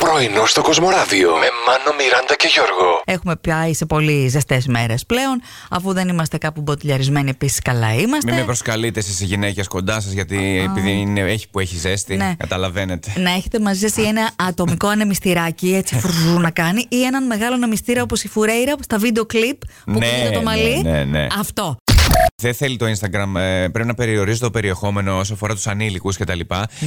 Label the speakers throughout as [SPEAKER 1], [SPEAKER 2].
[SPEAKER 1] Πρωινό στο Κοσμοράδιο με Μάνο, Μιράντα και Γιώργο.
[SPEAKER 2] Έχουμε πιάει σε πολύ ζεστές μέρες πλέον. Αφού δεν είμαστε κάπου μποτιλιαρισμένοι, επίσης καλά είμαστε.
[SPEAKER 3] Μην με προσκαλείτε εσείς οι γυναίκες κοντά σας, γιατί επειδή είναι, έχει που έχει ζέστη,
[SPEAKER 2] Ναι.
[SPEAKER 3] καταλαβαίνετε.
[SPEAKER 2] Να έχετε μαζί σας ένα ατομικό ανεμιστηράκι, έτσι φρουρού να κάνει, ή έναν μεγάλο ανεμιστήρα όπως η Φουρέιρα στα βίντεο κλιπ που
[SPEAKER 3] Ναι,
[SPEAKER 2] κουνείται το
[SPEAKER 3] ναι,
[SPEAKER 2] μαλλί.
[SPEAKER 3] ναι, ναι.
[SPEAKER 2] Αυτό.
[SPEAKER 3] Δεν θέλει το Instagram, ε, πρέπει να περιορίζει το περιεχόμενο όσο αφορά τους ανήλικους κτλ.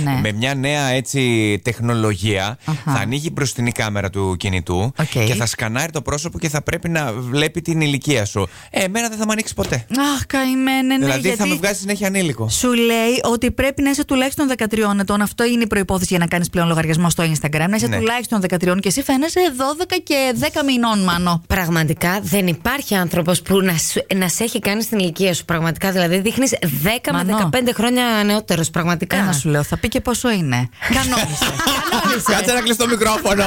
[SPEAKER 2] Ναι.
[SPEAKER 3] Με μια νέα έτσι τεχνολογία
[SPEAKER 2] Αχα.
[SPEAKER 3] θα ανοίγει μπροστινή κάμερα του κινητού
[SPEAKER 2] Οκ.
[SPEAKER 3] και θα σκανάρει το πρόσωπο και θα πρέπει να βλέπει την ηλικία σου. Ε, εμένα δεν θα με ανοίξει ποτέ.
[SPEAKER 2] Αχ, καημένε, ναι,
[SPEAKER 3] δηλαδή
[SPEAKER 2] γιατί...
[SPEAKER 3] θα με βγάζει συνέχεια ανήλικο.
[SPEAKER 2] Σου λέει ότι πρέπει να είσαι τουλάχιστον 13 ετών. Αυτό είναι η προπόθεση για να κάνεις πλέον λογαριασμό στο Instagram. Να είσαι
[SPEAKER 3] Ναι.
[SPEAKER 2] τουλάχιστον 13 και εσύ φαίνεσαι 12 και 10 μηνών, μάνο.
[SPEAKER 4] Πραγματικά δεν υπάρχει άνθρωπος που να, σου- να σε έχει κάνει στην ηλικία σου. Πραγματικά δηλαδή δείχνεις 10
[SPEAKER 2] Μανώ.
[SPEAKER 4] με 15 χρόνια νεότερος. Πραγματικά.
[SPEAKER 2] Ένα σου λέω, θα πει και πόσο είναι. Κανόνισε.
[SPEAKER 3] Κάτσε να κλείσει το μικρόφωνο.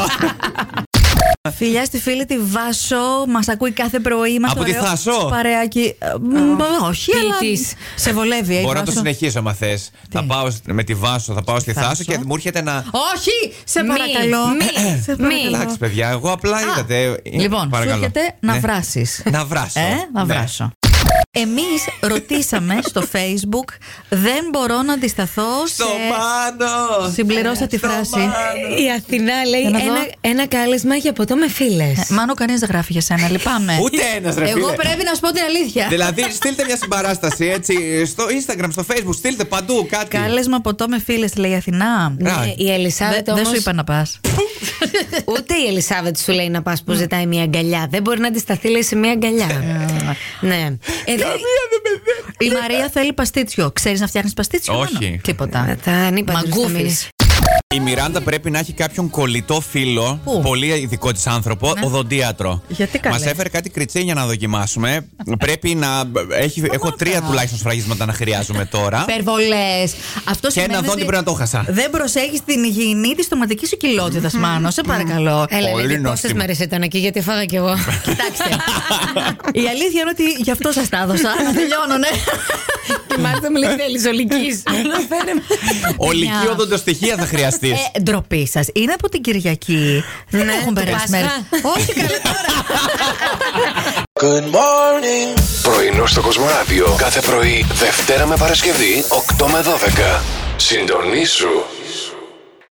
[SPEAKER 2] Φιλιά στη φίλη τη Βάσο, μας ακούει κάθε πρωί. Μας
[SPEAKER 3] Από τη
[SPEAKER 2] ωραίο
[SPEAKER 3] Θάσο?
[SPEAKER 2] Παρεάκι. Ε, μ, Όχι,
[SPEAKER 4] Τι
[SPEAKER 2] αλλά.
[SPEAKER 4] της?
[SPEAKER 2] Σε βολεύει, ε, η
[SPEAKER 3] Μπορώ να το
[SPEAKER 2] Βάσο.
[SPEAKER 3] συνεχίσω, άμα θες. Θα πάω σ- με τη Βάσο, θα πάω στη
[SPEAKER 2] Θάσο.
[SPEAKER 3] Θάσο και μου έρχεται να.
[SPEAKER 2] Όχι! Σε
[SPEAKER 4] Μη,
[SPEAKER 2] παρακαλώ.
[SPEAKER 4] μη,
[SPEAKER 2] Σε
[SPEAKER 4] μη.
[SPEAKER 2] παρακαλώ.
[SPEAKER 3] Εντάξει, παιδιά, εγώ απλά είδατε. ε,
[SPEAKER 2] Λοιπόν, σου
[SPEAKER 3] παρακαλώ.
[SPEAKER 2] έρχεται να
[SPEAKER 3] Ναι.
[SPEAKER 2] βράσεις.
[SPEAKER 3] Να βράσω.
[SPEAKER 2] Ε, να
[SPEAKER 3] Ναι.
[SPEAKER 2] βράσω. Εμείς ρωτήσαμε στο facebook Δεν μπορώ να αντισταθώ σε...
[SPEAKER 3] Στο μάνος!
[SPEAKER 2] Συμπληρώστε τη
[SPEAKER 3] Στο
[SPEAKER 2] φράση
[SPEAKER 3] Μάνος.
[SPEAKER 4] Η Αθηνά λέει
[SPEAKER 2] Για να
[SPEAKER 4] ένα,
[SPEAKER 2] δω.
[SPEAKER 4] ένα κάλεσμα για ποτό με φίλες.
[SPEAKER 2] Ε, Μάνο κανείς δεν γράφει για σένα, λυπάμαι
[SPEAKER 3] Ούτε ένας, ρε
[SPEAKER 2] Ναι. Εγώ
[SPEAKER 3] φίλε.
[SPEAKER 2] πρέπει να σου πω την αλήθεια
[SPEAKER 3] Δηλαδή, στείλτε μια συμπαράσταση έτσι στο Instagram, στο Facebook, στείλτε παντού κάτι.
[SPEAKER 2] Κάλεσμα ποτό με φίλες λέει η Αθηνά
[SPEAKER 3] Ρα.
[SPEAKER 4] Ναι, η
[SPEAKER 2] Δε-
[SPEAKER 4] Ελισάβετ
[SPEAKER 2] Δεν
[SPEAKER 4] όμως-
[SPEAKER 2] σου είπα να πας
[SPEAKER 4] Ούτε η Ελισάβετ σου λέει να πας που ζητάει μια αγκαλιά. Δεν μπορεί να αντισταθεί, λέει, σε μια αγκαλιά. ναι. Ε, δεν-
[SPEAKER 2] Η Μαρία θέλει παστίτσιο Ξέρεις να φτιάχνεις παστίτσιο
[SPEAKER 3] Όχι.
[SPEAKER 2] Μάνο? Τίποτα
[SPEAKER 4] Ε, Τα ανήπαντρες θα
[SPEAKER 2] Μαγκούφης.
[SPEAKER 4] μείνεις.
[SPEAKER 3] Η Μιράντα πρέπει να έχει κάποιον κολλητό φίλο,
[SPEAKER 2] Πού? Ναι.
[SPEAKER 3] πολύ ειδικό της άνθρωπο, οδοντίατρο.
[SPEAKER 2] Γιατί καλέ?
[SPEAKER 3] Μας έφερε κάτι κριτσένια να δοκιμάσουμε. πρέπει να. Έχει, έχω τρία τουλάχιστον σφραγίσματα να χρειάζομαι τώρα.
[SPEAKER 2] Υπερβολές. Αυτό
[SPEAKER 3] Και ένα
[SPEAKER 2] σημαίνει
[SPEAKER 3] δόντι
[SPEAKER 2] ότι
[SPEAKER 3] πρέπει να το χάσα.
[SPEAKER 2] Δεν προσέχεις την υγιεινή της στοματική σου κοιλότητας, Μάνο. Σε παρακαλώ.
[SPEAKER 4] Έλα,
[SPEAKER 3] Πολύ
[SPEAKER 4] λέει, πόσες
[SPEAKER 3] νόστιμο.
[SPEAKER 4] μέρες ήταν εκεί, γιατί φάγα κι εγώ.
[SPEAKER 2] Κοιτάξτε. Η αλήθεια είναι ότι γι' αυτό σας τα έδωσα. Να τελειώνω, ναι.
[SPEAKER 4] Και μάλιστα μου λέει Ελιζολική.
[SPEAKER 3] Ολική
[SPEAKER 2] Μια.
[SPEAKER 3] οδοντοστοιχεία θα χρειαστείς.
[SPEAKER 2] Ε, ντροπή σας. Είναι από την Κυριακή. Δεν έχουν
[SPEAKER 4] του
[SPEAKER 2] περάσει
[SPEAKER 4] Ναι, Πάσχα.
[SPEAKER 2] μέρε. Όχι, καλά τώρα.
[SPEAKER 1] Πρωινό στο Κοσμοράδιο κάθε πρωί, Δευτέρα με Παρασκευή, 8 με 12. Συντονίσου